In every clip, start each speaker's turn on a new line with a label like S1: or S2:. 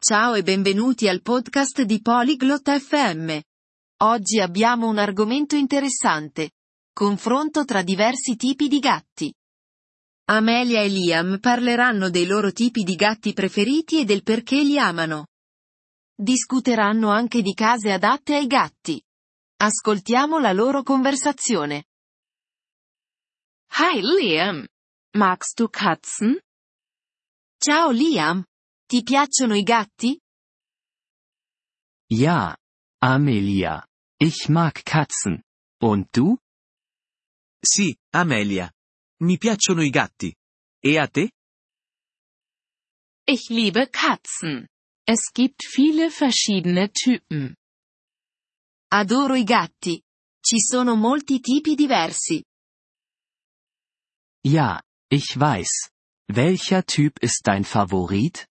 S1: Ciao e benvenuti al podcast di Polyglot FM. Oggi abbiamo un argomento interessante. Confronto tra diversi tipi di gatti. Amelia e Liam parleranno dei loro tipi di gatti preferiti e del perché li amano. Discuteranno anche di case adatte ai gatti. Ascoltiamo la loro conversazione.
S2: Hi Liam. Magst du Katzen?
S1: Ciao Liam. Ti piacciono i gatti?
S3: Ja, Amelia. Ich mag Katzen. Und du?
S4: Sì, Amelia. Mi piacciono i gatti. E a te?
S2: Ich liebe Katzen. Es gibt viele verschiedene Typen.
S1: Adoro i gatti. Ci sono molti tipi diversi.
S3: Ja, ich weiß. Welcher Typ ist dein Favorit?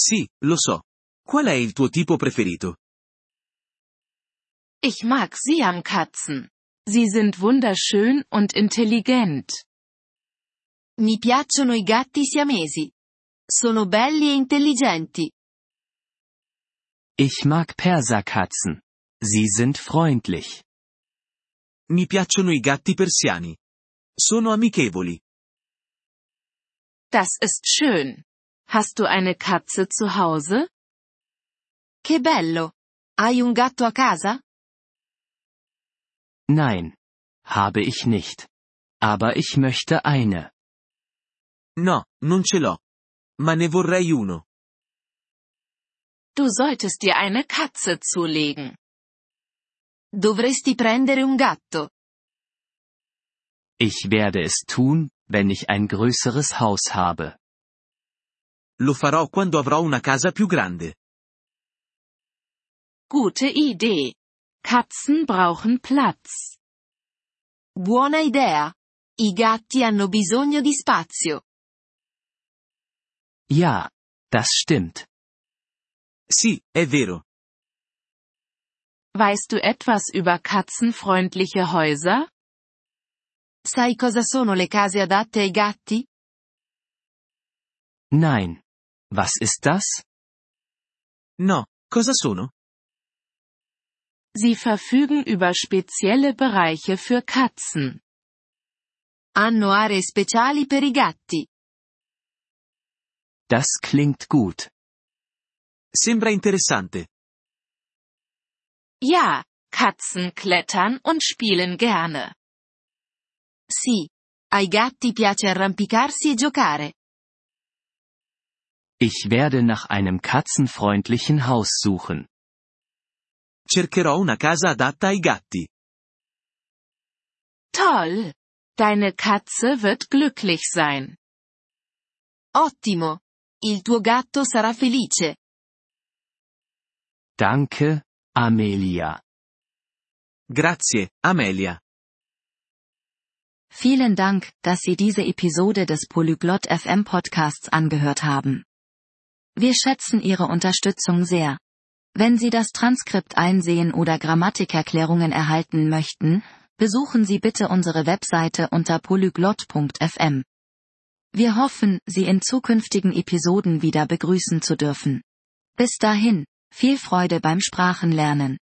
S4: Sì, lo so. Qual è il tuo tipo preferito?
S2: Ich mag Siamkatzen. Sie sind wunderschön und intelligent.
S1: Mi piacciono i gatti siamesi. Sono belli e intelligenti.
S3: Ich mag Perserkatzen. Sie sind freundlich.
S4: Mi piacciono i gatti persiani. Sono amichevoli.
S2: Das ist schön. Hast du eine Katze zu Hause?
S1: Che bello! Hai un gatto a casa?
S3: Nein. Habe ich nicht. Aber ich möchte eine.
S4: No, non ce l'ho. Ma ne vorrei uno.
S2: Du solltest dir eine Katze zulegen.
S1: Dovresti prendere un gatto.
S3: Ich werde es tun, wenn ich ein größeres Haus habe.
S4: Lo farò quando avrò una casa più grande.
S2: Gute Idee. Katzen brauchen Platz.
S1: Buona idea! I gatti hanno bisogno di spazio.
S3: Ja, das stimmt.
S4: Sì, è vero.
S2: Weißt du etwas über katzenfreundliche Häuser?
S1: Sai cosa sono le case adatte ai gatti?
S3: Nein. Was ist das?
S4: No, cosa sono?
S2: Sie verfügen über spezielle Bereiche für Katzen.
S1: Hanno aree speciali per i gatti.
S3: Das klingt gut.
S4: Sembra interessante.
S2: Ja, Katzen klettern und spielen gerne.
S1: Sì. Ai gatti piace arrampicarsi e giocare.
S3: Ich werde nach einem katzenfreundlichen Haus suchen.
S4: Cercherò una casa adatta ai gatti.
S2: Toll! Deine Katze wird glücklich sein.
S1: Ottimo! Il tuo gatto sarà felice.
S3: Danke, Amelia.
S4: Grazie, Amelia.
S5: Vielen Dank, dass Sie diese Episode des Polyglot FM Podcasts angehört haben. Wir schätzen Ihre Unterstützung sehr. Wenn Sie das Transkript einsehen oder Grammatikerklärungen erhalten möchten, besuchen Sie bitte unsere Webseite unter polyglot.fm. Wir hoffen, Sie in zukünftigen Episoden wieder begrüßen zu dürfen. Bis dahin, viel Freude beim Sprachenlernen.